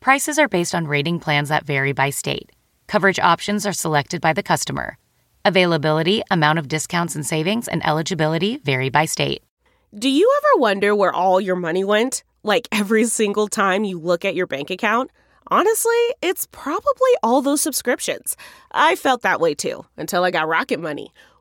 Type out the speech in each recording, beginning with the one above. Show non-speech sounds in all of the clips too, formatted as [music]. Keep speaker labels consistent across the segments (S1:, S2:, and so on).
S1: Prices are based on rating plans that vary by state. Coverage options are selected by the customer. Availability, amount of discounts and savings, and eligibility vary by state.
S2: Do you ever wonder where all your money went? Like every single time you look at your bank account? Honestly, it's probably all those subscriptions. I felt that way too until I got Rocket Money.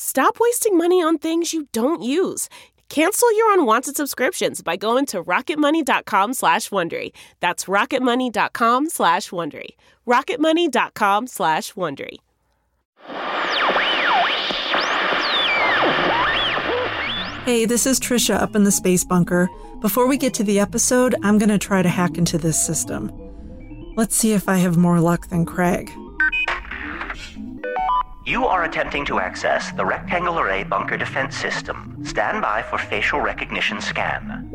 S2: Stop wasting money on things you don't use. Cancel your unwanted subscriptions by going to rocketmoney.com slash Wondery. That's rocketmoney.com slash Wondery. rocketmoney.com slash Wondery.
S3: Hey, this is Trisha up in the space bunker. Before we get to the episode, I'm going to try to hack into this system. Let's see if I have more luck than Craig.
S4: You are attempting to access the Rectangle Array Bunker Defense System. Stand by for facial recognition scan.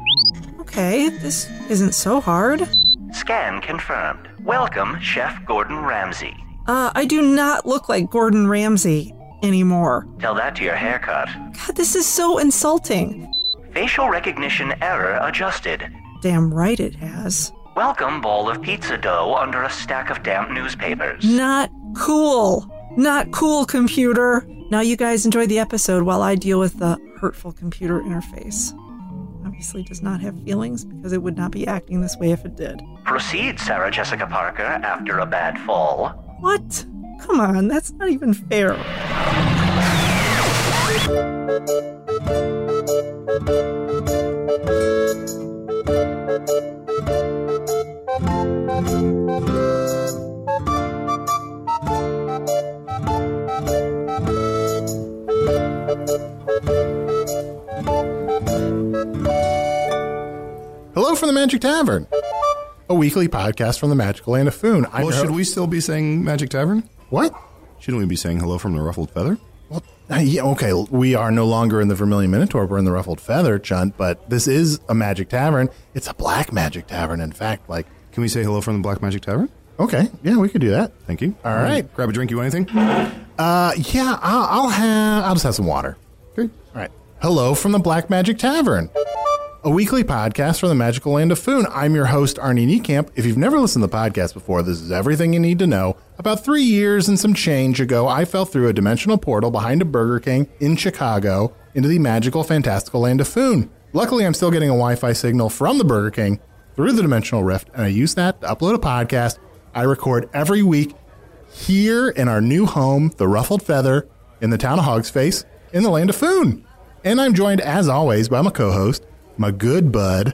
S3: Okay, this isn't so hard.
S4: Scan confirmed. Welcome, Chef Gordon Ramsay.
S3: Uh, I do not look like Gordon Ramsay anymore.
S4: Tell that to your haircut.
S3: God, this is so insulting.
S4: Facial recognition error adjusted.
S3: Damn right it has.
S4: Welcome, ball of pizza dough under a stack of damp newspapers.
S3: Not cool. Not cool, computer. Now you guys enjoy the episode while I deal with the hurtful computer interface. Obviously does not have feelings because it would not be acting this way if it did.
S4: Proceed, Sarah Jessica Parker, after a bad fall.
S3: What? Come on, that's not even fair.
S5: Hello from the Magic Tavern, a weekly podcast from the magical land of Foon. I'm
S6: Well,
S5: your
S6: should
S5: ho-
S6: we still be saying Magic Tavern?
S5: What?
S6: Shouldn't we be saying hello from the Ruffled Feather?
S5: Well, uh, yeah, okay, we are no longer in the Vermilion Minotaur. We're in the Ruffled Feather, Chunt, but this is a Magic Tavern. It's a black Magic Tavern, in fact. Like,
S6: Can we say hello from the Black Magic Tavern?
S5: okay, yeah, we could do that.
S6: Thank you. Mm.
S5: All right.
S6: Grab a drink. You want anything?
S5: Uh, yeah, I'll, I'll have. I'll just have some water.
S6: Okay.
S5: All right. Hello from the Black Magic Tavern, a weekly podcast from the magical land of Foon. I'm your host, Arnie Niekamp. If you've never listened to the podcast before, this is everything you need to know. About three years and some change ago, I fell through a dimensional portal behind a Burger King in Chicago into the magical, fantastical land of Foon. Luckily, I'm still getting a Wi Fi signal from the Burger King through the dimensional rift, and I use that to upload a podcast I record every week here in our new home, the Ruffled Feather, in the town of Hogsface, in the land of Foon. And I'm joined, as always, by my co host, my good bud,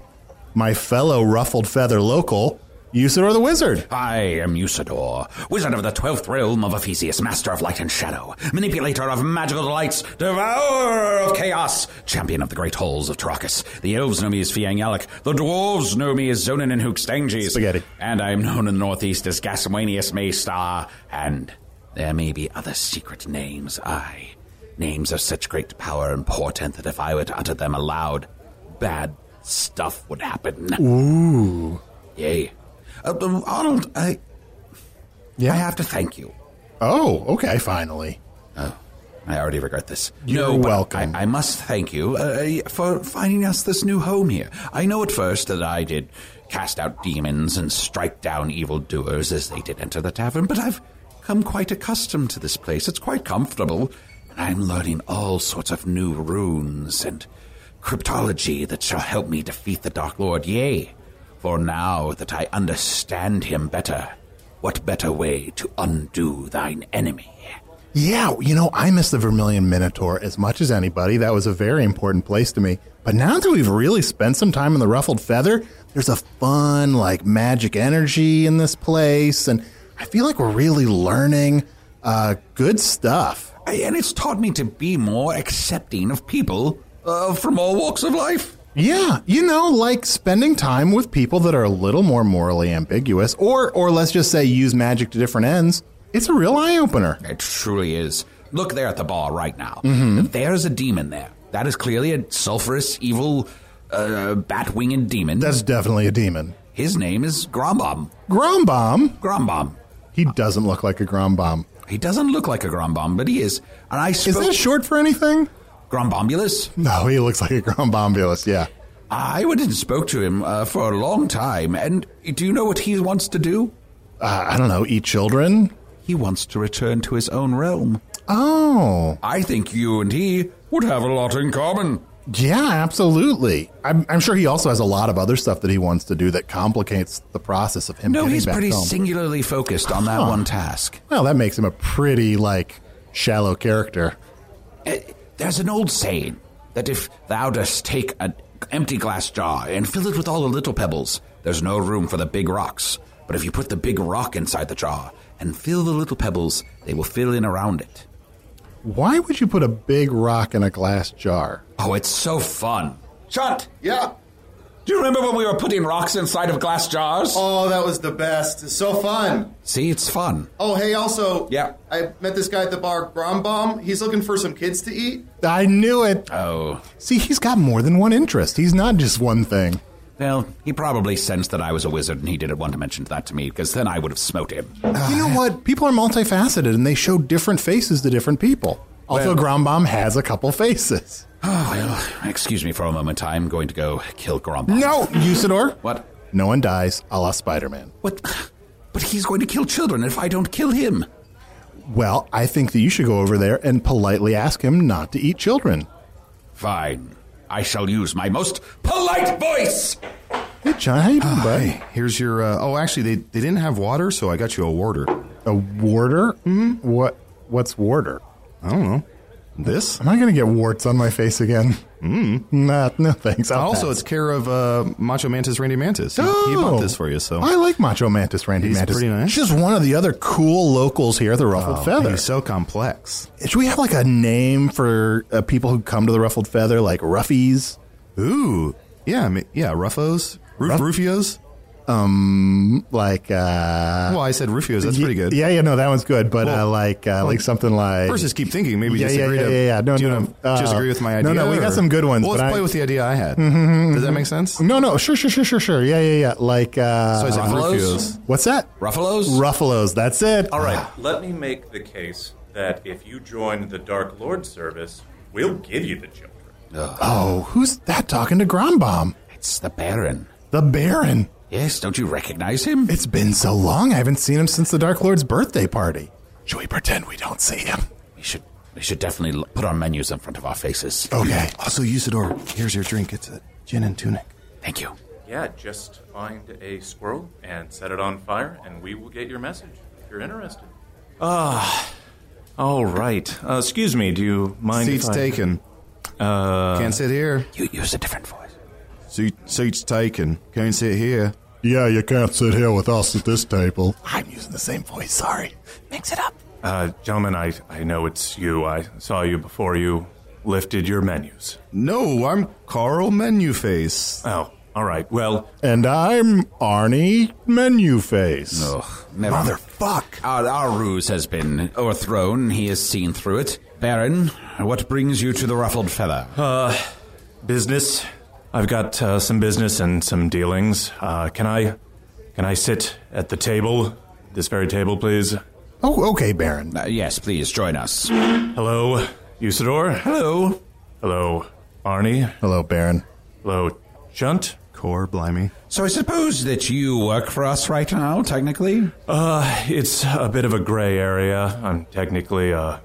S5: my fellow Ruffled Feather local, Usador the Wizard.
S7: I am Usador, wizard of the twelfth realm of Ephesius, master of light and shadow, manipulator of magical delights, devourer of chaos, champion of the great halls of Tarakas. The elves know me as Fiang Alec, the dwarves know me as Zonin and Hookstanges.
S5: Spaghetti.
S7: And I am known in the northeast as Gasumanius Maystar, and there may be other secret names, aye. Names of such great power and portent that if I were to utter them aloud, bad stuff would happen. Yay. Uh, um, Arnold, I,
S5: Yeah.
S7: I have to thank you.
S5: Oh, okay, finally.
S7: I already regret this.
S5: You're
S7: no, but
S5: welcome.
S7: I, I must thank you uh, for finding us this new home here. I know at first that I did cast out demons and strike down evildoers as they did enter the tavern, but I've come quite accustomed to this place. It's quite comfortable, and I'm learning all sorts of new runes and cryptology that shall help me defeat the Dark Lord. Yea, for now that I understand him better, What better way to undo thine enemy?
S5: Yeah, you know, I miss the Vermilion Minotaur as much as anybody. That was a very important place to me. But now that we've really spent some time in the Ruffled Feather, there's a fun, like, magic energy in this place. And I feel like we're really learning uh, good stuff.
S7: And it's taught me to be more accepting of people uh, from all walks of life.
S5: Yeah, you know, like spending time with people that are a little more morally ambiguous, or or let's just say use magic to different ends. It's a real eye opener.
S7: It truly is. Look there at the bar right now.
S5: Mm-hmm.
S7: There's a demon there. That is clearly a sulfurous, evil, uh, bat winged demon.
S5: That's definitely a demon.
S7: His name is Grombom.
S5: Grombom.
S7: Grombom.
S5: He doesn't look like a Grombom.
S7: He doesn't look like a Grombom, but he is. And I
S5: Is
S7: spoke.
S5: that short for anything?
S7: Grombombulus?
S5: No, he looks like a Grombombulus, yeah.
S7: I went and spoke to him uh, for a long time, and do you know what he wants to do?
S5: Uh, I don't know, eat children?
S7: He wants to return to his own realm.
S5: Oh,
S7: I think you and he would have a lot in common.
S5: yeah, absolutely. I'm, I'm sure he also has a lot of other stuff that he wants to do that complicates the process of him
S7: No,
S5: getting
S7: he's
S5: back
S7: pretty
S5: home.
S7: singularly focused on that one task.
S5: well, that makes him a pretty, like, shallow character.
S7: Eh, There's an old saying that if thou dost take an empty glass jar and fill it with all the little pebbles, there's no room for the big rocks. But if you put the big rock inside the jar and fill the little pebbles, they will fill in around it.
S5: Why would you put a big rock in a glass jar?
S7: Oh, it's so fun. Shunt! Yeah? Do you remember when we were putting rocks inside of glass jars?
S8: Oh, that was the best. It's so fun.
S7: See, it's fun.
S8: Oh, hey, also,
S7: Yeah.
S8: I met this guy at the bar, Grombom. He's looking for some kids to eat.
S5: I knew it.
S7: Oh.
S5: See, he's got more than one interest. He's not just one thing.
S7: Well, he probably sensed that I was a wizard and he didn't want to mention that to me because then I would have smote him.
S5: You know what? People are multifaceted and they show different faces to different people. Also, Grombom has a couple faces.
S7: Oh, well, excuse me for a moment. I'm going to go kill Grombo.
S5: No, Usador.
S7: What?
S5: No one dies a la Spider Man.
S7: What? But he's going to kill children if I don't kill him.
S5: Well, I think that you should go over there and politely ask him not to eat children.
S7: Fine. I shall use my most polite voice!
S5: Hey, John, how you doing, buddy?
S6: Hey, here's your. Uh, oh, actually, they, they didn't have water, so I got you a water.
S5: A warder? Mm-hmm. What? What's warder?
S6: I don't know. This?
S5: Am I going to get warts on my face again? Mm. Nah, no thanks. I'll
S6: Also,
S5: pass.
S6: it's care of uh, Macho Mantis Randy Mantis. He, he
S5: Oh.
S6: bought this for you, so.
S5: I like Macho Mantis Randy
S6: He's
S5: Mantis.
S6: pretty nice. Oh,
S5: Just one of the other cool locals here at the Ruffled Feather.
S6: He's so complex.
S5: Should we have like a name for uh, people who come to the Ruffled Feather, like Ruffies?
S6: Ooh. Yeah, I mean, yeah, Ruffos. Ruf- Rufios?
S5: Um, Like, uh.
S6: well, I said Rufios. That's pretty good.
S5: Yeah, yeah, no, that one's good, but uh,
S6: Well,
S5: like, uh, like something like.
S6: First, just keep thinking. Maybe
S5: Yeah, yeah,
S6: disagree.
S5: yeah,
S6: to-
S5: yeah, yeah. No,
S6: do you
S5: no,
S6: wanna
S5: uh,
S6: disagree with my
S5: no,
S6: idea.
S5: no, we got
S6: or-
S5: some good ones,
S6: Well,
S5: but
S6: let's
S5: I-
S6: play with the idea I had. Does that make sense?
S5: Mm-hmm, No, no, sure, sure, sure, sure, sure. Yeah, yeah, yeah. Like, uh.
S6: So I said
S7: Ruffalo's?
S6: Rufios.
S5: what's that?
S7: Ruffalos?
S5: Ruffalos, that's it.
S9: [laughs] All right, let me make the case that if you join the Dark Lord service, we'll give you the children.
S5: Oh, who's that talking to Grombom?
S7: it's the Baron.
S5: The Baron.
S7: Yes, don't you recognize him?
S5: It's been so long. I haven't seen him since the Dark Lord's birthday party. Should we pretend we don't see him?
S7: We should we should definitely l- put our menus in front of our faces.
S5: Okay.
S6: Also, Usador, here's your drink. It's a gin and tunic.
S7: Thank you.
S9: Yeah, just find a squirrel and set it on fire, and we will get your message if you're interested. Ah. all right. Uh, excuse me, do you mind?
S6: Seats
S9: if I- Uh,
S6: taken. Can't sit here.
S7: You use a different voice.
S6: Seat, seats taken. Can't sit here.
S5: Yeah, you can't sit here with us at this table. I'm using the same voice, sorry.
S7: Mix it up.
S9: Uh, gentlemen, I, I know it's you. I saw you before you lifted your menus.
S6: No, I'm Carl Menuface.
S9: Oh, all right. Well,
S5: And I'm Arnie Menuface. No.
S7: Never.
S5: Motherfuck.
S7: Our, our ruse has been overthrown. He has seen through it. Baron, what brings you to the ruffled feather?
S9: business. I've got uh, some business and some dealings. Uh, can I can I sit at the table? This very table, please.
S5: Oh, okay, Baron.
S7: Uh, yes, please join us.
S9: Hello, Usador.
S7: Hello.
S9: Hello, Arnie.
S5: Hello, Baron.
S9: Hello, Chunt.
S6: Core, blimey.
S7: So I suppose that you work for us right now, technically.
S9: Uh, it's a bit of a gray area. I'm technically uh,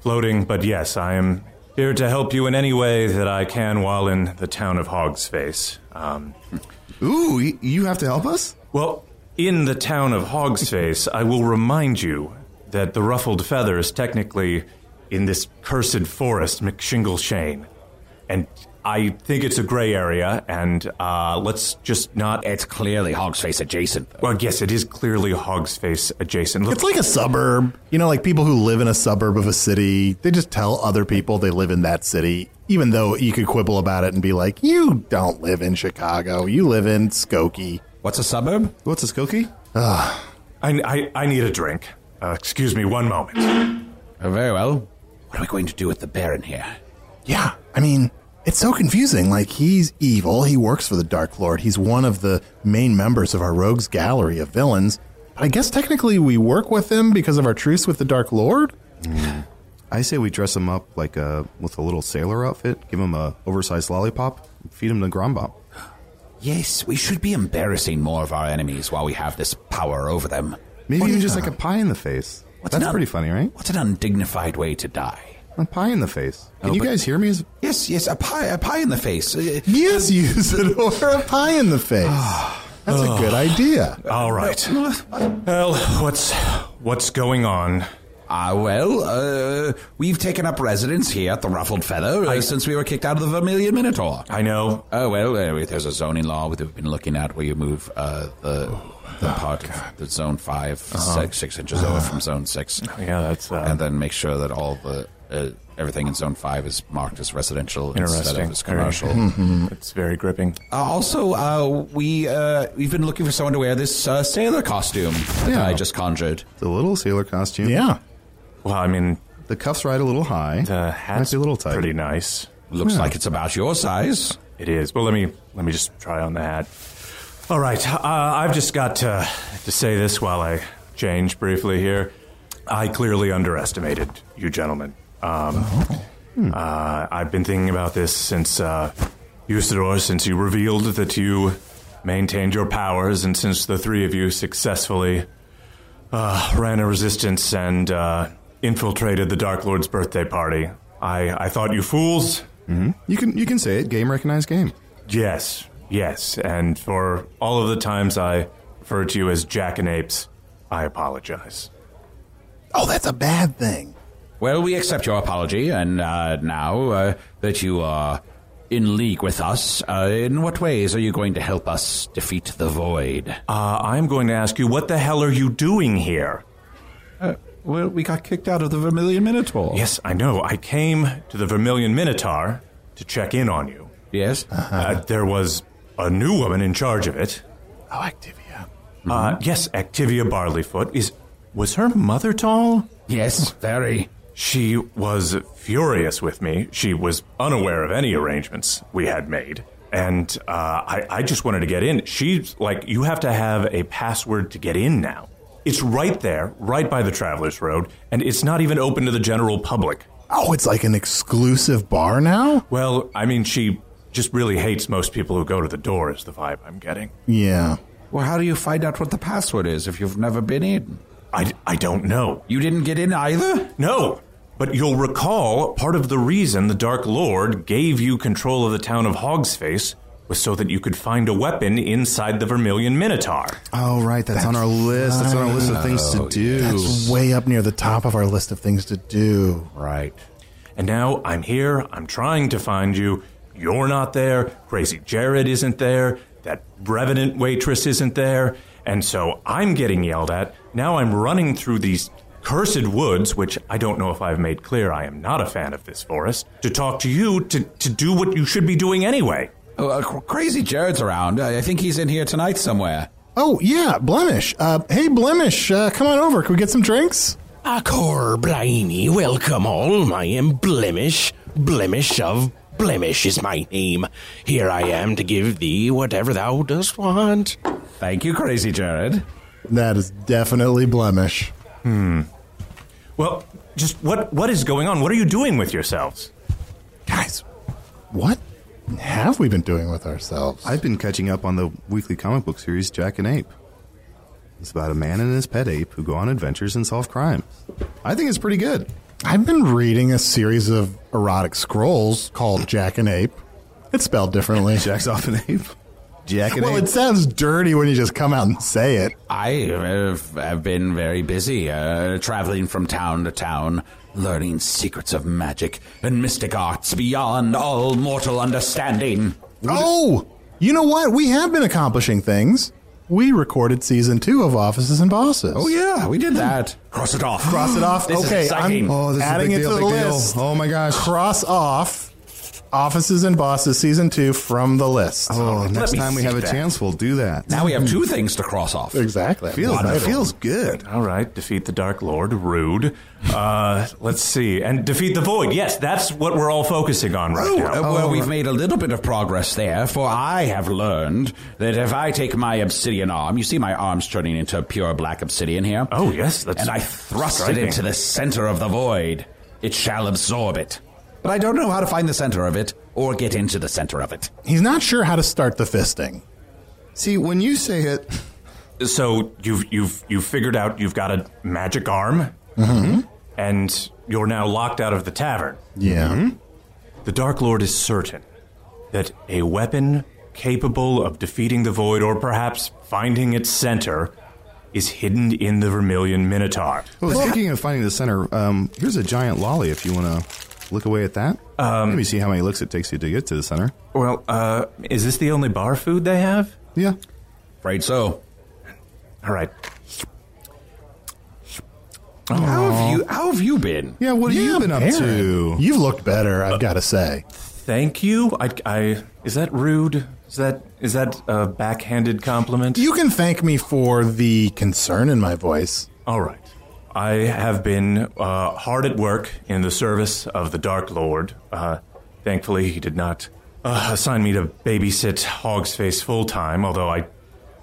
S9: floating, but yes, I am here to help you in any way that I can while in the town of Hogsface. Um,
S6: Ooh, y- you have to help us?
S9: well, In the town of Hogsface, I will remind you that the ruffled feather is technically in this cursed forest, McShingleshane. And I think it's a gray area, and uh, let's just not.
S7: It's clearly Hogsface adjacent. though.
S9: Well, yes, it is clearly Hogsface adjacent. Look-
S5: It's like a suburb. You know, like people who live in a suburb of a city, they just tell other people they live in that city, even though you could quibble about it and be like, you don't live in Chicago. You live in Skokie.
S7: What's a suburb?
S6: What's a skokie?
S9: I, I, I need a drink. Uh, excuse me one moment.
S7: Oh, very well. What are we going to do with the Baron here?
S5: Yeah, I mean, it's so confusing. Like, he's evil. He works for the Dark Lord. He's one of the main members of our Rogues Gallery of villains. I guess technically we work with him because of our truce with the Dark Lord.
S6: I say we dress him up like a with a little sailor outfit, give him a oversized lollipop, and feed him to Grombop.
S7: Yes, we should be embarrassing more of our enemies while we have this power over them.
S6: Maybe
S5: Oh,
S6: even
S5: yeah.
S6: just like a pie in the face.
S7: What's
S6: That's
S7: another-
S6: pretty funny, right?
S7: What's an undignified way to die?
S6: A pie in the face. Can
S7: Oh,
S6: you
S7: but-
S6: guys hear me? Is-
S7: Yes, yes, a pie, a pie in the face. Uh,
S5: Yes, use it or a pie in the face. That's a good idea.
S9: All right. Well, what's what's going on?
S7: Ah, well, uh, we've taken up residence here at the Ruffled Feather uh, since we were kicked out of the Vermilion Minotaur.
S9: I know
S7: Oh, well, uh, there's a zoning law that we've been looking at where you move uh, the, the
S9: Oh,
S7: part of the zone 5 six, six inches over from zone 6.
S9: Uh-huh. Yeah, that's, uh,
S7: and then make sure that all the. Uh, everything in zone 5 is marked as residential instead
S9: interesting. Hmm.
S7: of as commercial. [laughs]
S9: It's very gripping.
S7: Uh, also, uh, we uh, we've been looking for someone to wear this uh, sailor costume that
S6: Yeah.
S7: I just conjured.
S6: The little sailor costume.
S5: Yeah.
S9: Well, I mean,
S6: The cuffs ride a little high.
S9: the
S6: Might
S9: hat's
S6: be a little tight.
S9: pretty nice.
S7: Looks like it's about your size.
S9: It is. Well, let me let me just try on the hat. All right, uh, I've just got to to say this while I change briefly here. I clearly underestimated you gentlemen. Um, uh, I've been thinking about this since uh, Usador, since you revealed that you maintained your powers, and since the three of you successfully uh, ran a resistance and uh, infiltrated the Dark Lord's birthday party. I, I thought you fools
S6: Mm-hmm. You can you can say it. Game recognized game.
S9: Yes, yes. And for all of the times I refer to you as Jack and Apes, I apologize.
S5: Oh, that's a bad thing.
S7: Well, we accept your apology, and uh, now uh, that you are in league with us, uh, in what ways are you going to help us defeat the void?
S9: Uh, I'm going to ask uh, you, what the hell are you doing here?
S7: well, we got kicked out of the Vermilion
S6: Oh.
S7: Minotaur.
S9: Yes, I know. I came to the Vermilion Minotaur to check in on you.
S7: Yes.
S9: Uh, there was a new woman in charge of it.
S5: Oh, Activia.
S9: Uh, yes, Activia Barleyfoot is. Was her mother tall?
S7: Yes. Very.
S9: She was furious with me. She was unaware of any arrangements we had made. And uh, I, I just wanted to get in. She's like, you have to have a password to get in now. It's right there, right by the Traveler's Road, and it's not even open to the general public.
S5: Oh, it's like an exclusive bar now?
S9: Well, I mean, she just really hates most people who go to the door, is the vibe I'm getting.
S5: Yeah.
S7: Well, how do you find out what the password is if you've never been in?
S9: I, I don't know.
S7: You didn't get in either?
S9: [laughs] No! But you'll recall part of the reason the Dark Lord gave you control of the town of Hogsface was so that you could find a weapon inside the Vermilion Minotaur.
S6: Oh right, that's, on our list. That's on our list of things to do.
S5: Oh, That's way up near the top of our list of things to do.
S7: Right.
S9: And now I'm here, I'm trying to find you. You're not there, Crazy Jared isn't there, that Revenant waitress isn't there, and so I'm getting yelled at. Now I'm running through these cursed woods, which I don't know if I've made clear I am not a fan of this forest, to talk to you to, to do what you should be doing anyway.
S7: Oh, uh, cr- crazy Jared's around. I, I think he's in here tonight somewhere.
S5: Oh, yeah, Blemish. Uh, hey, Blemish, uh, come on over. Can we get some drinks?
S10: Akor Blaini, welcome all. I am Blemish. Blemish of Blemish is my name. Here I am to give thee whatever thou dost want.
S7: Thank you, Crazy Jared.
S5: That is definitely Blemish. Hmm.
S9: Well, just what what is going on? What are you doing with yourselves?
S5: Guys, what have we been doing with ourselves?
S6: I've been catching up on the weekly comic book series Jack and Ape. It's about a man and his pet ape who go on adventures and solve crimes. I think it's pretty good.
S5: I've been reading a series of
S6: [laughs]
S5: erotic scrolls called Jack and Ape. It's spelled differently.
S6: Jack's off an ape. Jack
S5: Well, it sounds dirty when you just come out and say it.
S7: I have, have been very busy, uh, traveling from town to town, learning secrets of magic and mystic arts beyond all mortal understanding.
S5: [laughs] Oh, you know what? We have been accomplishing things. We recorded season two of Offices and Bosses.
S7: Oh, yeah, we did that. [gasps] Cross it off.
S5: Cross it off.
S7: [gasps] This is
S5: okay,
S7: exciting.
S5: I'm
S7: Oh, this is a
S5: adding
S7: big
S5: it
S7: deal,
S5: to the
S7: big deal.
S5: list. Oh my gosh! Cross off Offices and Bosses season two from the list.
S6: Oh, next
S7: me
S6: time we
S7: see
S6: have a
S7: that.
S6: chance, we'll do that.
S7: Now we have two things to cross off.
S5: Exactly.
S6: Feels,
S9: Wonderful.
S6: it feels good.
S9: All right, defeat the Dark Lord. Rude. Uh, [laughs] let's see, and defeat the Void. Yes, that's what we're all focusing on right
S7: Oh,
S9: now.
S7: uh, well, we've made a little bit of progress there, for I have learned that if I take my obsidian arm, you see my arm's turning into pure black obsidian here.
S9: Oh yes, that's
S7: and I thrust
S9: striking.
S7: it into the center of the void. It shall absorb it. But I don't know how to find the center of it or get into the center of it.
S5: He's not sure how to start the fisting.
S6: See, when you say it,
S9: So you've you've you've figured out you've got a magic arm, and you're now locked out of the tavern.
S5: Yeah.
S6: Mm-hmm.
S9: The Dark Lord is certain that a weapon capable of defeating the void or perhaps finding its center is hidden in the Vermilion Minotaur.
S6: well, Oh, speaking of finding the center, um, here's a giant lolly if you want to look away at that. Um, Maybe see how many licks it takes you to get to the center.
S9: Well, uh, is this the only bar food they have?
S6: Yeah.
S7: Afraid so.
S9: All right. Oh.
S7: How have you how have you been?
S6: Yeah, what have you been up to?
S5: You've looked better, I've got to say.
S9: Thank you. I, I is that rude? Is that is that a backhanded compliment?
S5: You can thank me for the concern in my voice.
S9: All right. I have been uh, hard at work in the service of the Dark Lord. Uh, thankfully, he did not uh, assign me to babysit Hogsface full time, although I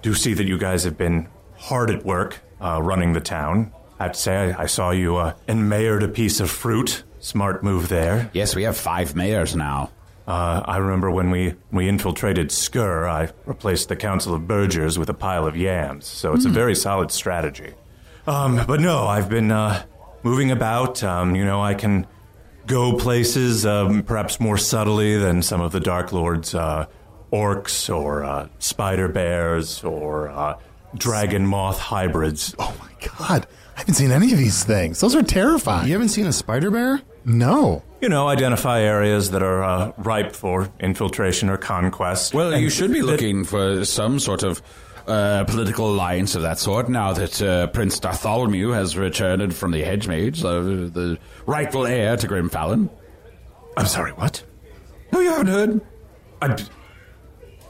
S9: do see that you guys have been hard at work uh, running the town. I have to say, I, I saw you uh, enmayored a piece of fruit. Smart move there.
S7: Yes, we have five mayors now.
S9: Uh, I remember when we, we infiltrated Skur, I replaced the Council of Burgers with a pile of yams, so
S7: Hmm.
S9: it's a very solid strategy. Um, but no, I've been uh, moving about. Um, you know, I can go places um, perhaps more subtly than some of the Dark Lord's uh, orcs or uh, spider bears or uh, dragon moth hybrids.
S5: Oh my god, I haven't seen any of these things. Those are terrifying.
S6: You haven't seen a spider bear?
S5: No.
S9: You know, identify areas that are uh, ripe for infiltration or conquest.
S7: Well,
S9: And
S7: you should be
S9: that-
S7: looking for some sort of uh, political alliance of that sort now that uh, Prince Bartholomew has returned from the Hedgemage, uh, the rightful heir to Grim Fallon.
S9: I'm sorry, what?
S7: No, you haven't heard.
S9: I'm,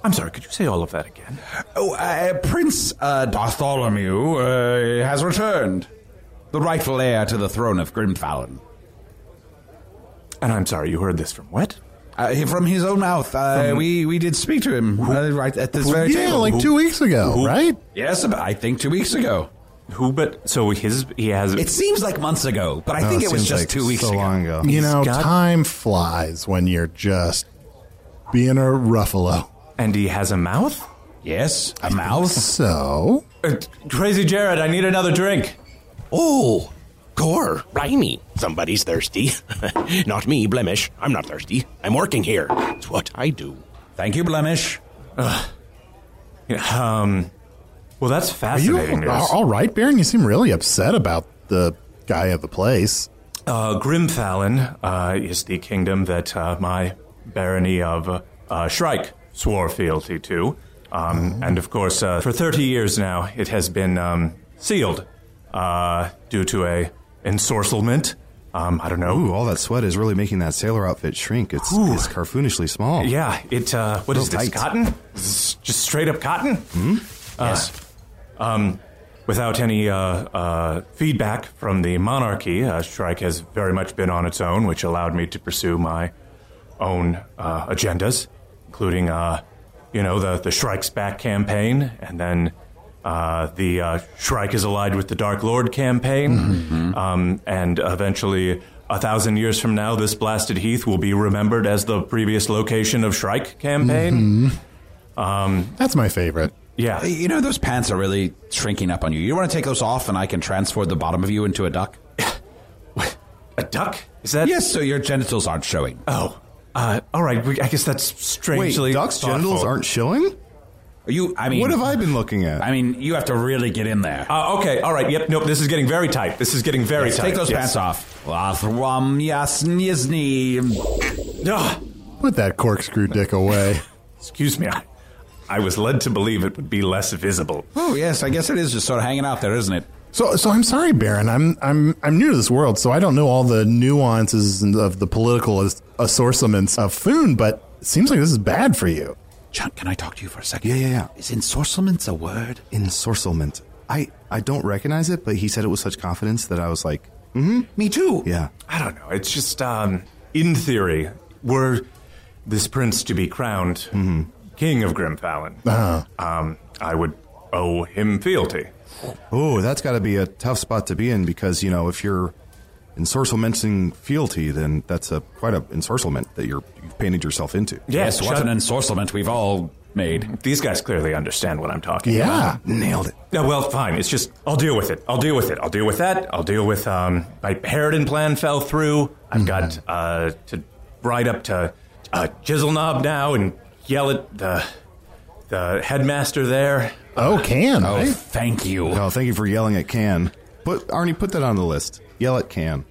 S9: I'm sorry, could you say all of that again?
S7: Oh, uh, Prince uh, Bartholomew uh, has returned, the rightful heir to the throne of Grim Fallon.
S9: And I'm sorry, you heard this from what?
S7: Uh, he- from his own mouth, uh, we we did speak to him uh, right at this very
S5: yeah,
S7: table.
S5: like two weeks ago, right?
S7: Yes, about- I think two weeks ago.
S9: Who but so his he has
S7: It seems like months ago,
S5: Oh,
S7: but I think it was
S6: seems
S7: just
S6: like
S7: two weeks
S6: so
S7: ago.
S6: long ago.
S5: You know,
S9: got-
S5: time flies when you're just being a ruffalo.
S9: and he has a mouth?
S7: Yes, a mouth.
S5: So,
S9: Uh, crazy Jared, I need another drink.
S10: Oh, Gore, Rhymey. Somebody's thirsty. [laughs] not me, Blemish. I'm not thirsty. I'm working here. It's what I do.
S7: Thank you, Blemish.
S9: Um well that's
S5: are you
S9: fascinating.
S5: a- all right, Baron? You seem really upset about the guy at the place.
S9: Uh, Grimfallon uh, is the kingdom that uh, my barony of uh, Shrike swore fealty to. Um, and of course, uh, for 30 years now, it has been um, sealed uh, due to a ensorcelment. Um, I don't know.
S6: Ooh, all that sweat is really making that sailor outfit shrink. It's,
S9: Ooh.
S6: it's carfoonishly small.
S9: Yeah, it, uh, what is
S6: Real
S9: this,
S6: tight.
S9: cotton? Is this just straight up cotton? Uh, um,
S7: yes.
S9: Without any uh, uh, feedback from the monarchy, uh, Shrike has very much been on its own, which allowed me to pursue my own uh, agendas, including, uh, you know, the, the Shrike's Back campaign, and then uh, the uh, Shrike is allied with the Dark Lord campaign, um, and eventually, a thousand years from now, this blasted heath will be remembered as the previous location of Shrike campaign.
S5: That's my favorite.
S9: Um, Yeah.
S7: You know, those pants are really shrinking up on you. You want to take those off and I can transfer the bottom of you into a duck?
S9: [laughs] A duck? Is that?
S7: Yes, so your genitals aren't showing.
S9: Oh, uh, all right. we- I guess that's
S6: Wait,
S9: strangely.
S6: ducks'
S9: thoughtful.
S6: genitals aren't showing?
S7: You, I mean,
S9: What have
S7: I
S6: been looking at?
S7: I mean, you have to really get in there.
S9: Uh, okay, all right. Yep, nope. This is getting very tight. This is getting very
S7: Yes,
S9: tight.
S7: Take those
S9: Yes.
S7: pants off. Lothrum yasnizni. Ugh.
S5: Put that corkscrew dick away.
S9: Excuse me. I, I was led to believe it would be less visible.
S7: Oh yes, I guess it is just sort of hanging out there, isn't it?
S5: So, so I'm sorry, Baron. I'm I'm I'm new to this world, so I don't know all the nuances and of the political as- assortments of Foon. But it seems like this is bad for you.
S7: John, can I talk to you for a second?
S6: Yeah, yeah, yeah.
S7: Is ensorcelment a word?
S6: Ensorcelment. I, I don't recognize it, but he said it with such confidence that I was like, mm-hmm,
S7: me too.
S6: Yeah.
S9: I don't know. It's just, um, in theory, were this prince to be crowned king of Grimfallon,
S6: Uh-huh.
S9: um, I would owe him fealty.
S6: Oh, that's got to be a tough spot to be in because, you know, if you're ensorcelmenting fealty, then that's a quite a ensorcelment that you're, you've painted yourself into.
S7: yes what an ensorcelment we've all made.
S9: These guys clearly understand what I'm talking
S6: Yeah.
S9: about.
S6: Nailed it.
S9: No, well, fine. It's just I'll deal with it. I'll deal with it. I'll deal with that. I'll deal with um, my Harridan plan fell through.
S6: Mm-hmm.
S9: I've got uh, to ride up to uh, Chiselknob now and yell at the the headmaster there.
S5: Oh, can
S6: Oh, right?
S7: thank you.
S6: Oh, thank you for yelling at Can. Put Arnie, put that on the list. Yell at Can.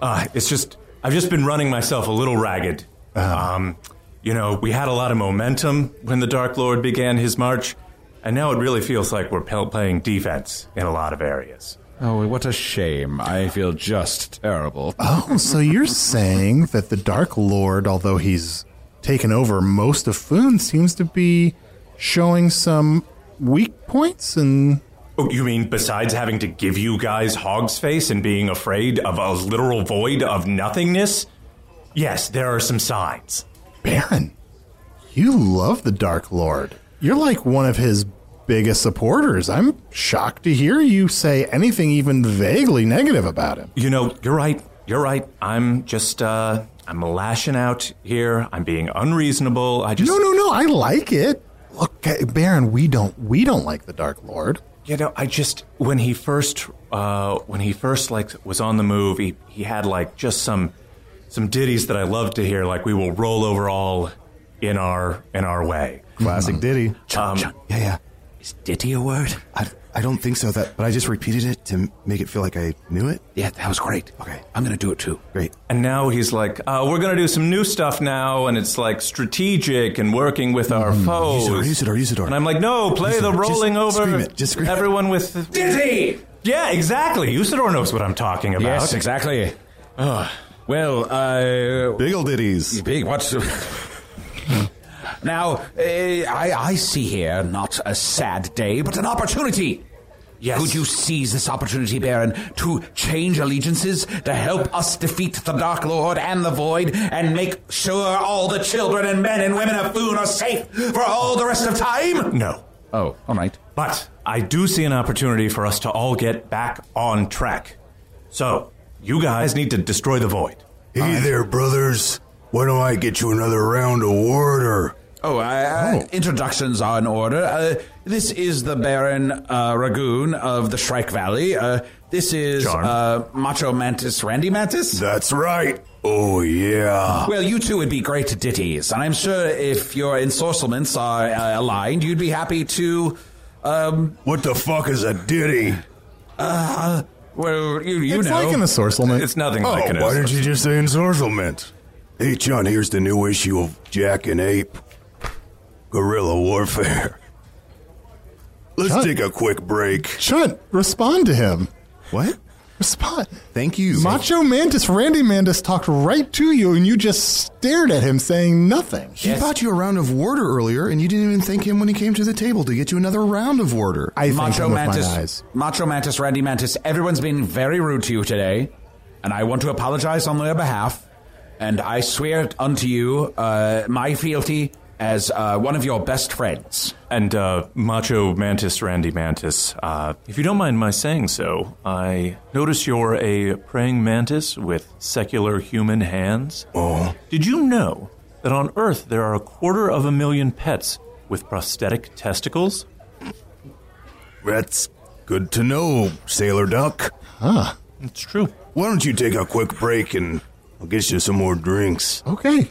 S9: Uh, it's just I've just been running myself a little ragged.
S6: Uh-huh.
S9: Um, you know, we had a lot of momentum when the Dark Lord began his march, and now it really feels like we're pel- playing defense in a lot of areas.
S7: Oh, what a shame. I feel just terrible.
S5: Oh, so you're saying that the Dark Lord, although he's taken over most of Foon, seems to be showing some weak points and
S9: Oh, you mean besides having to give you guys Hog's Face and being afraid of a literal void of nothingness? Yes, there are some signs.
S5: Baron, you love the Dark Lord. You're like one of his biggest supporters. I'm shocked to hear you say anything even vaguely negative about him.
S9: You know, you're right. You're right. I'm just, uh, I'm lashing out here. I'm being unreasonable. I just.
S5: No, no, no. I like it. Look, eh, Baron, we don't we don't like the Dark Lord.
S9: You know, I just when he first uh, when he first like was on the move, he, he had like just some some ditties that I love to hear, like we will roll over all in our in our way.
S6: Classic Diddy.
S9: Um,
S6: Yeah, yeah.
S7: Is ditty a word?
S6: I, I don't think so. That, but I just repeated it to make it feel like I knew it.
S7: Yeah, that was great.
S6: Okay,
S7: I'm going to do it too.
S6: great.
S9: And now he's like, uh, we're going to do some new stuff now, and it's like strategic and working with our
S6: Mm-hmm.
S9: foes.
S6: Usador, Usador, Usador.
S9: And I'm like, no, play
S6: Usador,
S9: the
S6: just
S9: rolling over.
S6: scream it, just scream it.
S9: everyone with
S7: Ditty!
S9: Yeah, exactly. Usador knows what I'm talking about.
S7: Yes, exactly. Ugh. well, uh,
S6: Biggle ditties.
S7: Big what? now, uh, I, I see here not a sad day, but an opportunity.
S9: Yes.
S7: Could you seize this opportunity, Baron, to change allegiances, to help us defeat the Dark Lord and the Void, and make sure all the children and men and women of Foon are safe for all the rest of time?
S9: No.
S7: Oh, all right.
S9: But I do see an opportunity for us to all get back on track. So, you guys need to destroy the void.
S11: Hey there, brothers. Why don't I get you another round of water?
S7: Oh, uh, introductions are in order. Uh, this is the Baron uh, Ragoon of the Shrike Valley. Uh, this is
S9: Charmed.
S7: uh, Macho Mantis Randy Mantis.
S11: That's right. Oh, yeah.
S7: well, you two would be great ditties, and I'm sure if your ensorcelments are uh, aligned, you'd be happy to. Um,
S11: What the fuck is a ditty?
S7: uh, well, you, you
S5: it's
S7: know.
S5: like an assortment.
S9: It's nothing
S11: Oh,
S9: like an
S11: why didn't you just say ensorcelment? Hey, John, here's the new issue of Jack and Ape Guerrilla Warfare. Let's
S5: John-
S11: take a quick break.
S5: Chunt, respond to him.
S6: What?
S5: Respond.
S6: Thank you.
S5: Macho Mantis, Randy Mantis talked right to you, and you just stared at him, saying nothing.
S6: He bought you a round of water earlier, and you didn't even thank him when he came to the table to get you another round of water.
S5: I thanked
S7: Macho
S5: him with
S7: Mantis,
S5: my eyes.
S7: Macho Mantis, Randy Mantis, everyone's been very rude to you today, and I want to apologize on their behalf. And I swear unto you, uh, my fealty as uh, one of your best friends.
S9: And uh, Macho Mantis Randy Mantis, uh, if you don't mind my saying so, I notice you're a praying mantis with secular human hands.
S11: Oh,
S9: Did you know that on Earth there are a quarter of a million pets with prosthetic testicles?
S11: that's good to know, Sailor Duck.
S9: It's true.
S11: Why don't you take a quick break and I'll get you some more drinks?
S5: Okay.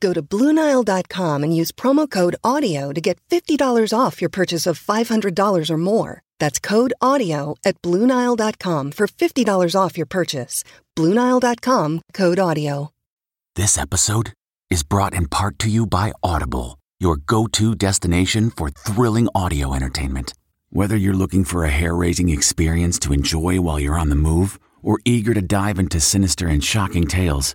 S12: Go to Bluenile.com and use promo code AUDIO to get $50 off your purchase of $500 or more. That's code AUDIO at Bluenile.com for $50 off your purchase. Bluenile.com code AUDIO.
S13: This episode is brought in part to you by Audible, your go to destination for thrilling audio entertainment. Whether you're looking for a hair raising experience to enjoy while you're on the move or eager to dive into sinister and shocking tales,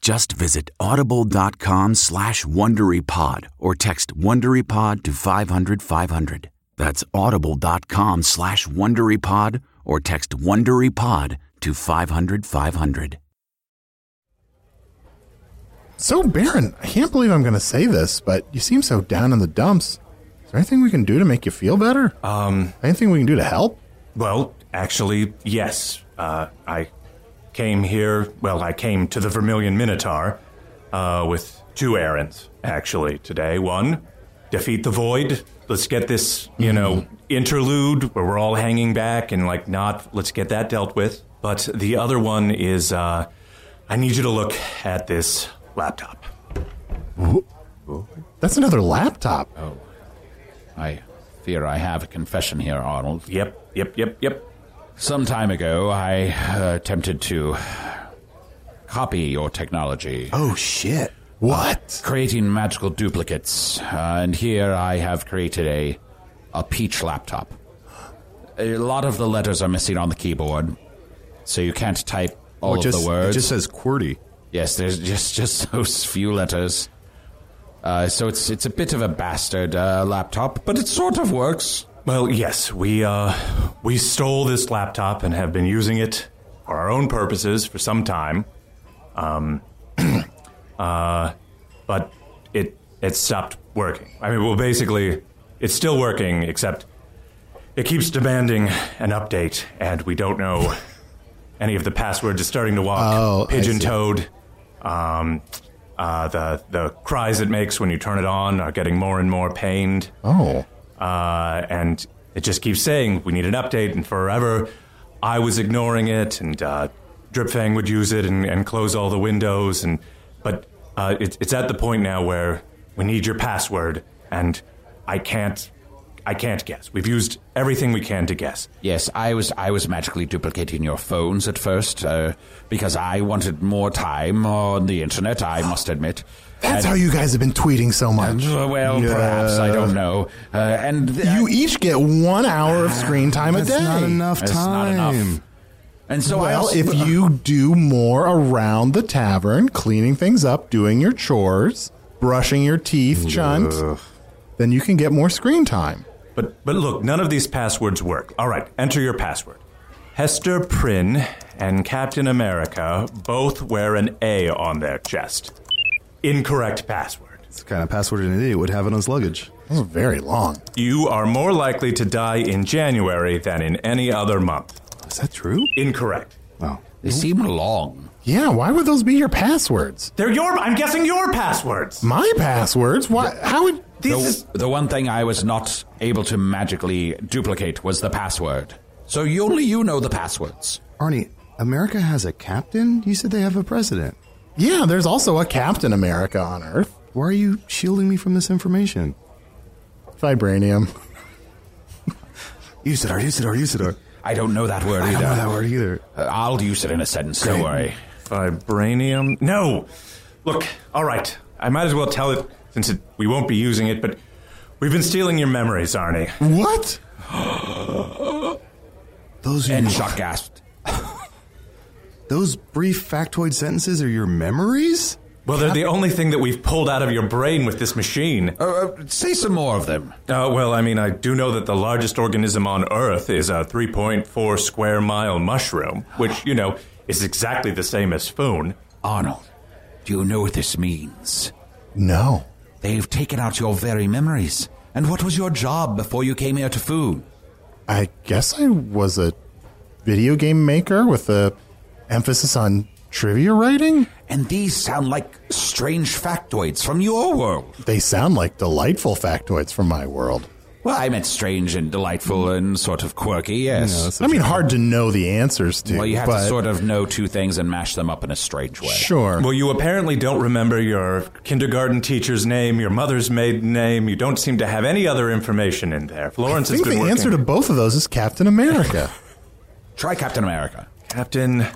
S13: Just visit audible.com slash WonderyPod or text WonderyPod to 500 500. That's audible.com slash WonderyPod or text WonderyPod to 500 500.
S5: So, Baron, I can't believe I'm going to say this, but you seem so down in the dumps. Is there anything we can do to make you feel better?
S7: Uh,
S5: Um, anything we can do to help?
S9: Well, actually, yes. Uh, I came here, well, I came to the Vermilion Minotaur uh, with two errands, actually, today. One, defeat the void. Let's get this, you know, interlude where we're all hanging back and, like, not, let's get that dealt with. But the other one is uh, I need you to look at this laptop.
S5: That's another laptop.
S7: Oh. I fear I have a confession here, Arnold.
S9: Yep, yep, yep, yep.
S7: Some time ago, I uh, attempted to copy your technology.
S11: Oh, shit.
S7: What? creating magical duplicates. Uh, and here I have created a, a peach laptop. A lot of the letters are missing on the keyboard, so you can't type all
S6: Oh, it
S7: of
S6: just-
S7: the
S6: it
S7: words.
S6: just says
S7: QWERTY. Yes, there's just, just [laughs] those few letters. Uh, so it's it's a bit of a bastard uh, laptop, but it sort of works.
S9: Well, yes, we uh, we stole this laptop and have been using it for our own purposes for some time. Um, [clears throat] uh, but it it stopped working. I mean, well, basically, it's still working, except it keeps demanding an update, and we don't know any of the passwords. It's starting to walk.
S5: Oh, I see.
S9: Pigeon toed. Um, uh, the the cries it makes when you turn it on are getting more and more pained.
S5: Oh.
S9: Uh, and it just keeps saying, we need an update, and forever I was ignoring it, and uh, Dripfang would use it and, and close all the windows. and But uh, it, it's at the point now where we need your password, and I can't. I can't guess. We've used everything we can to guess.
S7: Yes, I was I was magically duplicating your phones at first uh, because I wanted more time on the internet. I must admit.
S5: That's
S7: And-
S5: how you guys have been tweeting so much.
S7: Uh, well, perhaps I don't know. Uh, and
S5: You each get one hour of screen time a day.
S7: It's not enough. And so, I
S5: well,
S7: also- uh,
S5: if you do more around the tavern, cleaning things up, doing your chores, brushing your teeth, Chunt, then you can get more screen time.
S9: But but look, none of these passwords work. All right, enter your password. Hester Prynne and Captain America both wear an A on their chest. Incorrect password.
S6: It's the kind of password an idiot would have in his luggage.
S5: This is very long.
S9: You are more likely to die in January than in any other month.
S6: Is that true?
S9: Incorrect.
S6: Wow.
S7: They seem long.
S5: Yeah, why would those be your passwords?
S9: They're your. I'm guessing your passwords.
S5: My passwords? Why? How would
S7: the, the one thing I was not able to magically duplicate was the password. So you, only you know
S5: [laughs]
S7: the passwords.
S6: Arnie, America has a captain? You said they have a president.
S5: Yeah, there's also a Captain America on Earth.
S6: Why are you shielding me from this information?
S5: Vibranium.
S6: Usador, Usador, Usador.
S7: I don't know that word
S6: I
S7: either.
S6: don't know that word either.
S7: Uh, I'll use it in a sentence. Don't worry.
S9: Vibranium? No! Look, all right. I might as well tell it since it, we won't be using it, but we've been stealing
S6: [gasps]
S9: your [gasps] memories, Arnie.
S5: What?
S6: Those are
S7: And
S6: your-
S7: shot gasped.
S6: [laughs] Those brief factoid sentences are your memories?
S9: Well, they're the only thing that we've pulled out of your brain with this machine.
S7: Uh, say some more of them.
S9: Uh, well, I mean, I do know that the largest organism on Earth is a 3.4 square mile mushroom, which, you know, is exactly the same as Foon.
S7: Arnold, do you know what this means?
S5: No.
S7: They've taken out your very memories. And what was your job before you came here to Foon?
S5: I guess I was a video game maker with a emphasis on trivia writing.
S7: And these sound like strange factoids from your world.
S5: They sound like delightful factoids from my world.
S7: Well, I meant strange and delightful and sort of quirky,
S5: You know,
S7: yes.
S5: I mean, hard to know the answers to.
S7: Well, you have
S5: but-
S7: to sort of know two things and mash them up in a strange way.
S5: Sure.
S9: Well, you apparently don't remember your kindergarten teacher's name, your mother's maiden name. You don't seem to have any other information in there. Florence
S5: I think
S9: has been
S5: the
S9: working.
S5: answer to both of those is Captain
S9: [laughs]
S5: America.
S7: Try Captain America.
S9: Captain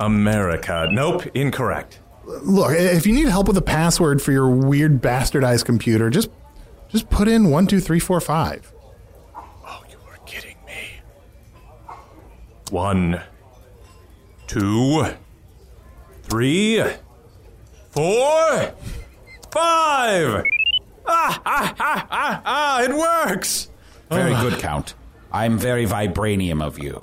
S9: America. Nope, incorrect.
S5: Look, if you need help with a password for your weird bastardized computer, just just put in one two three four five.
S9: One, two, three, four, five. Ah, ah, ah, ah, ah, it works.
S7: Very
S9: Ah.
S7: good, Count. I'm very vibranium of you.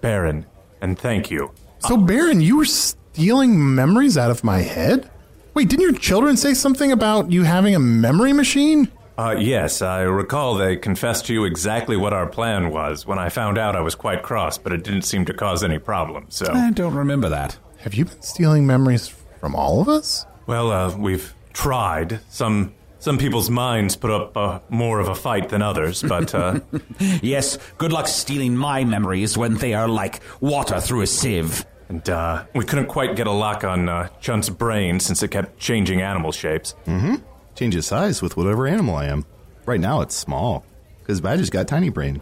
S9: Baron, and thank you.
S5: So, Baron, you were stealing memories out of my head. Wait, didn't your children say something about you having a memory machine?
S9: Uh, yes, I recall they confessed to you exactly what our plan was. When I found out, I was quite cross, but it didn't seem to cause any problem, so.
S7: I don't remember that.
S5: Have you been stealing memories from all of us?
S9: Well, uh, we've tried. Some some people's minds put up uh, more of a fight than others, but uh,
S7: [laughs] yes, good luck stealing my memories when they are like water through a sieve.
S9: And uh, we couldn't quite get a lock on uh, Chunt's brain since it kept changing animal shapes.
S6: Mm hmm. Changes size with whatever animal I am. Right now it's small, because Badger's got tiny brain.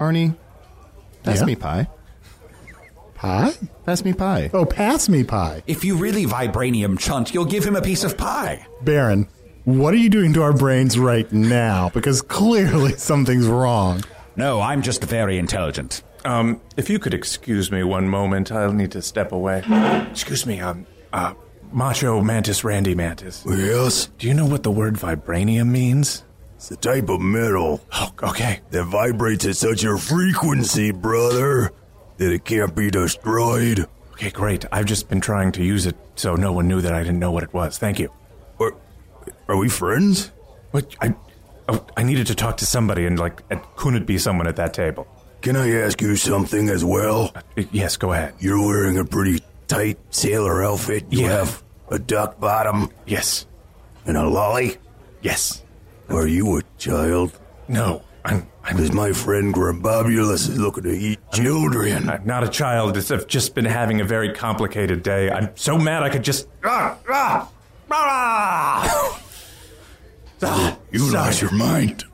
S6: Arnie, pass
S5: Yeah?
S6: me pie.
S5: Pie?
S6: Pass me pie.
S5: Oh, pass me pie.
S7: If you really vibranium chunt, you'll give him a piece of pie.
S5: Baron, what are you doing to our brains right now? Because clearly something's wrong.
S7: No, I'm just very intelligent.
S9: Um, if you could excuse me one moment, I'll need to step away. Excuse me, um, uh, Macho Mantis Randy Mantis.
S11: Yes?
S9: Do you know what the word vibranium means?
S11: It's a type of metal.
S9: Oh, okay.
S11: That vibrates at such a frequency, brother, that it can't be destroyed.
S9: Okay, great. I've just been trying to use it so no one knew that I didn't know what it was. Thank you.
S11: Are, are we friends?
S9: What? I, oh, I needed to talk to somebody, and, like, it couldn't be someone at that table.
S11: Can I ask you something as well?
S9: Uh, yes, go ahead.
S11: You're wearing a pretty tight sailor outfit. You have a duck bottom.
S9: Yes.
S11: And a lolly?
S9: Yes.
S11: Are you a child?
S9: No, I'm. I'm
S11: Because my friend Grabobulus is looking to eat children.
S9: I'm not a child. It's- I've just been having a very complicated day. I'm so mad I could just. Ah, ah, ah, ah.
S11: You lost your mind.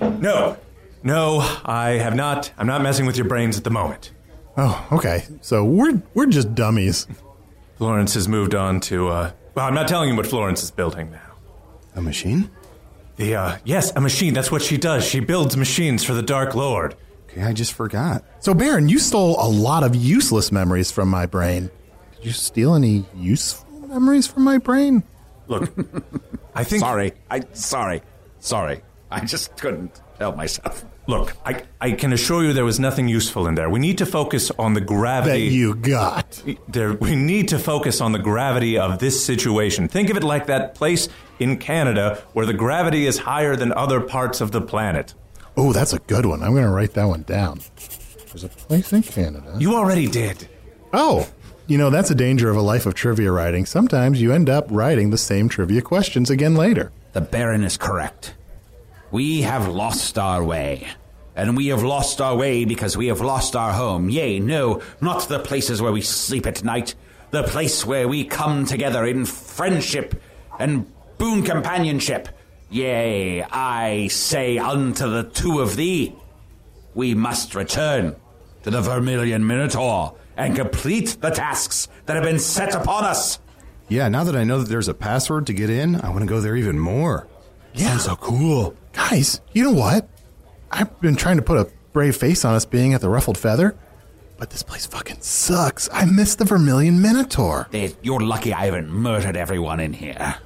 S9: No, no, I have not. I'm not messing with your brains at the moment.
S5: Oh, okay. So we're we're just dummies.
S9: Florence has moved on to. Uh, well, I'm not telling you what Florence is building now.
S6: A machine?
S9: The uh, yes, a machine. That's what she does. She builds machines for the Dark Lord.
S6: Okay, I just forgot.
S5: So, Baron, you stole a lot of useless memories from my brain. Did you steal any useful memories from my brain?
S9: Look, I think.
S7: Sorry, I sorry, sorry. I just couldn't help myself.
S9: Look, I, I can assure you there was nothing useful in there. We need to focus on the gravity
S5: That you got.
S9: There, we need to focus on the gravity of this situation. Think of it like that place in Canada where the gravity is higher than other parts of the planet.
S5: Oh, that's a good one. I'm going to write that one down. There's a place in Canada.
S9: You already did.
S5: Oh, you know, that's a danger of a life of trivia writing. Sometimes you end up writing the same trivia questions again later.
S7: The Baron is correct. We have lost our way. And we have lost our way because we have lost our home. Yea, no, not the places where we sleep at night, the place where we come together in friendship and boon companionship. Yea, I say unto the two of thee, we must return to the Vermilion Minotaur and complete the tasks that have been set upon us.
S6: Yeah, now that I know that there's a password to get in, I want to go there even more.
S5: Yeah.
S6: Sounds so cool.
S5: Guys, you know what? I've been trying to put a brave face on us being at the Ruffled Feather. But this place fucking sucks. I miss the Vermilion Minotaur.
S7: They- You're lucky I haven't murdered everyone in here.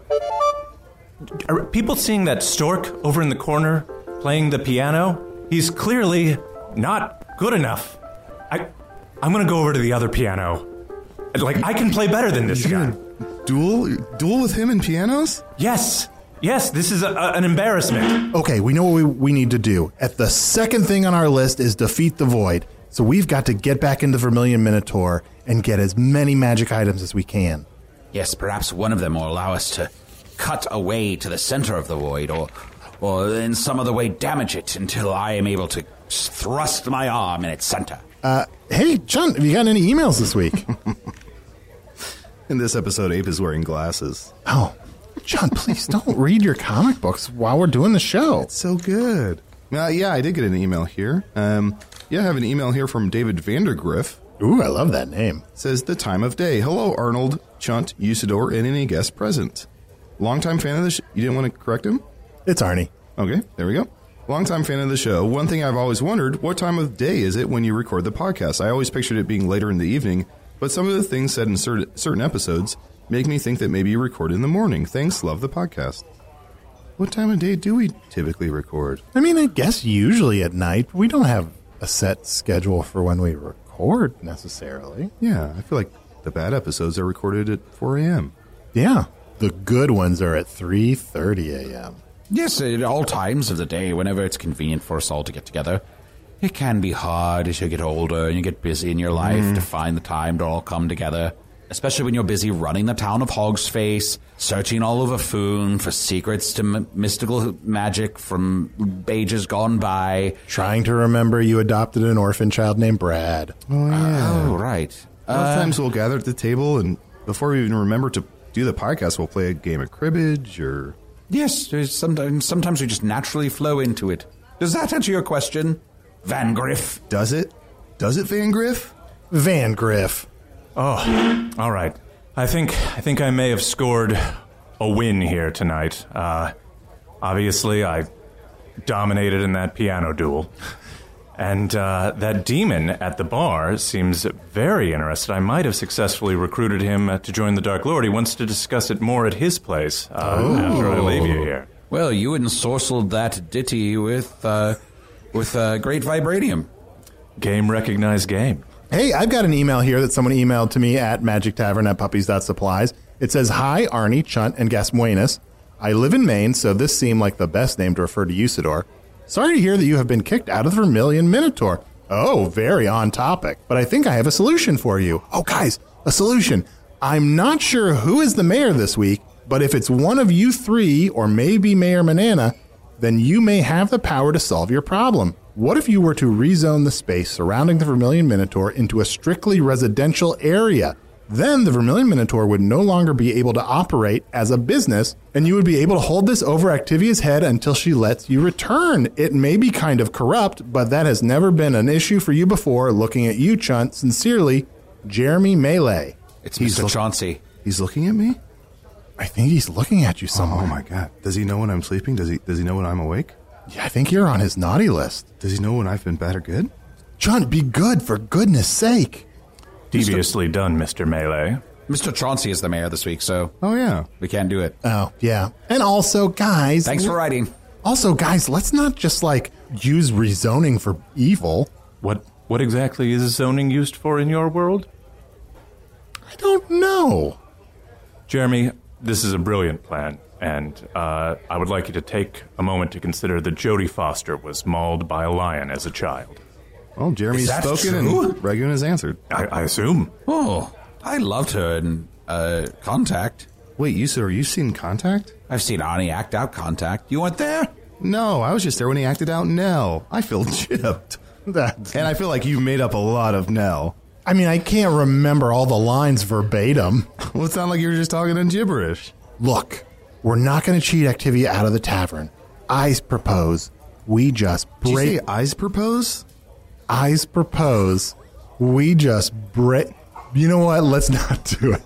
S9: Are people seeing that stork over in the corner playing the piano? He's clearly not good enough. I, I'm gonna go over to the other piano. Like I can play better than this guy.
S5: Duel, duel with him in pianos?
S9: Yes, yes. This is a, a- an embarrassment.
S5: Okay, we know what we, we need to do. At the second thing on our list is defeat the void. So we've got to get back into Vermilion Minotaur and get as many magic items as we can.
S7: Yes, perhaps one of them will allow us to cut away to the center of the void, or, or in some other way damage it until I am able to s- thrust my arm in its center.
S5: Uh, hey, John, have you gotten any emails this
S7: [laughs]
S5: week?
S6: In this episode, Ape is wearing glasses.
S5: oh, John, please don't read your comic books while we're doing the show. It's
S6: so good. Uh, yeah, I did get an email here. Um, yeah, I have an email here from David Vandergriff.
S5: Ooh, I love that name.
S6: Says the time of day. Hello, Arnold, Chunt, Usador, and any guest present. Longtime fan of the show. You didn't want to correct him?
S5: It's Arnie.
S6: Okay, there we go. Longtime fan of the show. One thing I've always wondered what time of day is it when you record the podcast? I always pictured it being later in the evening, but some of the things said in cer- certain episodes make me think that maybe you record in the morning. Thanks, love the podcast. What time of day do we typically record?
S5: I mean, I guess usually at night. We don't have a set schedule for when we record necessarily.
S6: Yeah, I feel like the bad episodes are recorded at 4 a.m.
S5: Yeah, the good ones are at 3:30 a.m.
S7: Yes, at all times of the day, whenever it's convenient for us all to get together. It can be hard as you get older and you get busy in your life
S6: Mm.
S7: to find the time to all come together. Especially when you're busy running the town of Hogsface, searching all over Foon for secrets to m- mystical magic from ages gone by.
S5: Trying to remember you adopted an orphan child named Brad.
S6: Oh, yeah.
S7: oh, right.
S6: A lot
S5: Uh,
S6: of times we'll gather at the table, and before we even remember to do the podcast, we'll play a game of cribbage or.
S7: Yes, there's sometimes sometimes we just naturally flow into it. Does that answer your question, Van Griff?
S6: Does it? Does it, Van Griff?
S5: Van Griff.
S9: Oh, all right. I think I think I may have scored a win here tonight. Uh, obviously, I dominated in that piano duel, and uh, that demon at the bar seems very interested. I might have successfully recruited him uh, to join the Dark Lord. He wants to discuss it more at his place uh, after I leave you here.
S7: Well, you ensorcelled that ditty with uh, with uh, great vibranium.
S9: Game recognized game.
S5: Hey, I've got an email here that someone emailed to me at magic tavern at puppies.supplies. It says, Hi, Arnie, Chunt, and Gasmuenas. I live in Maine, so this seemed like the best name to refer to Usador. Sorry to hear that you have been kicked out of the Vermilion Minotaur. Oh, very on topic. But I think I have a solution for you. Oh, guys, a solution. I'm not sure who is the mayor this week, but if it's one of you three, or maybe Mayor Manana, then you may have the power to solve your problem. What if you were to rezone the space surrounding the Vermilion Minotaur into a strictly residential area? Then the Vermilion Minotaur would no longer be able to operate as a business, and you would be able to hold this over Activia's head until she lets you return. It may be kind of corrupt, but that has never been an issue for you before. Looking at you, Chunt, sincerely, Jeremy Melee.
S7: It's Mr. Chauncey.
S6: He's looking at me?
S5: I think he's looking at you somewhere.
S6: Oh my god. Does he know when I'm sleeping? Does he does he know when I'm awake?
S5: Yeah, I think you're on his naughty list.
S6: Does he know when I've been bad or good?
S5: Chunt, be good for goodness sake.
S9: Deviously done, Mister Melee.
S7: Mr. Chauncey is the mayor this week, so
S6: oh yeah,
S7: we can't do it.
S5: Oh, yeah. And also, guys.
S7: Thanks for writing.
S5: Also, guys, let's not just like use rezoning for evil.
S9: What what exactly is zoning used for in your world?
S5: I don't know.
S9: Jeremy, this is a brilliant plan, and uh, I would like you to take a moment to consider that Jodie Foster was mauled by a lion as a child.
S6: Well, Jeremy's
S9: Is that
S6: spoken
S9: true?
S6: and Regun has answered.
S9: I, I assume.
S7: Oh, I loved her in uh, Contact.
S6: Wait, you sir, you've seen Contact?
S7: I've seen Arnie act out Contact. You weren't there?
S6: No, I was just there when he acted out Nell. I feel [laughs] chipped.
S5: That's-
S6: and I feel like you've made up a lot of Nell.
S5: I mean, I can't remember all the lines verbatim.
S6: [laughs] Well, it sounded like you were just talking in gibberish.
S5: Look, we're not going to cheat Activia out of the tavern. I propose we just
S6: Did you
S5: break.
S6: say eyes propose?
S5: Eyes propose we just break. You know what? Let's not do it.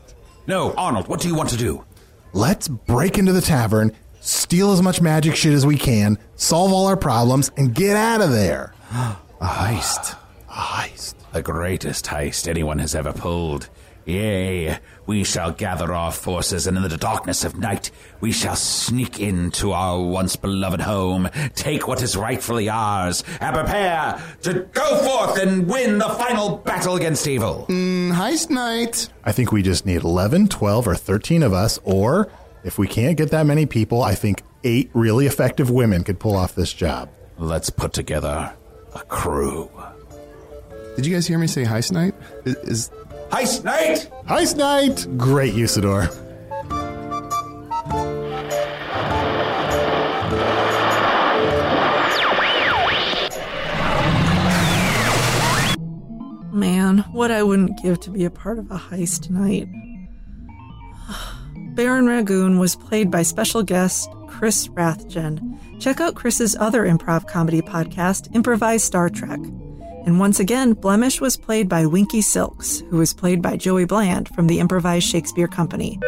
S7: No, Arnold. What do you want to do?
S5: Let's break into the tavern, steal as much magic shit as we can, [gasps] solve all our problems, and get out of there.
S6: A heist.
S5: A heist.
S7: the greatest heist anyone has ever pulled. Yea, we shall gather our forces, and in the darkness of night we shall sneak into our once beloved home, take what is rightfully ours, and prepare to go forth and win the final battle against evil.
S6: Mm, heist night.
S5: I think we just need 11, 12, or 13 of us, or if we can't get that many people, I think eight really effective women could pull off this job.
S7: Let's put together a crew.
S6: Did you guys hear me say heist night? Is, is
S7: heist night?
S5: Heist night. Great, Usador.
S3: Man, what I wouldn't give to be a part of a heist night. [sighs] Baron Ragoon was played by special guest Chris Rathjen. Check out Chris's other improv comedy podcast, Improvise Star Trek. And once again, Blemish was played by Winky Silks, who was played by Joey Bland from the Improvised Shakespeare Company.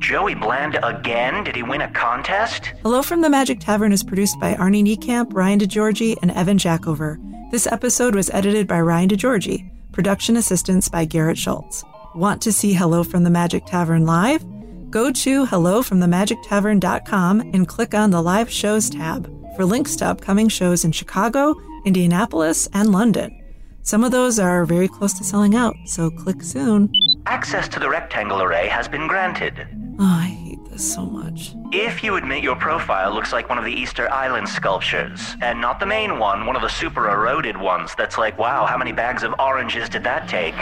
S4: Joey Bland again? Did he win a contest?
S3: Hello from the Magic Tavern is produced by Arnie Niekamp, Ryan DeGiorgi, and Evan Jackover. This episode was edited by Ryan DeGiorgi. Production assistance by Garrett Schultz. Want to see Hello from the Magic Tavern live? Go to hellofromthemagictavern.com and click on the live shows tab for links to upcoming shows in Chicago, Indianapolis, and London. Some of those are very close to selling out, so click soon.
S4: Access to the rectangle array has been granted.
S3: Oh, I hate this so much.
S4: If you admit your profile looks like one of the Easter Island sculptures, and not the main one, one of the super eroded ones that's like, wow, how many bags of oranges did that take?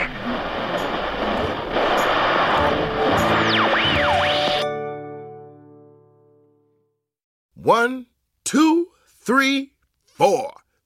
S14: One, two, three, four.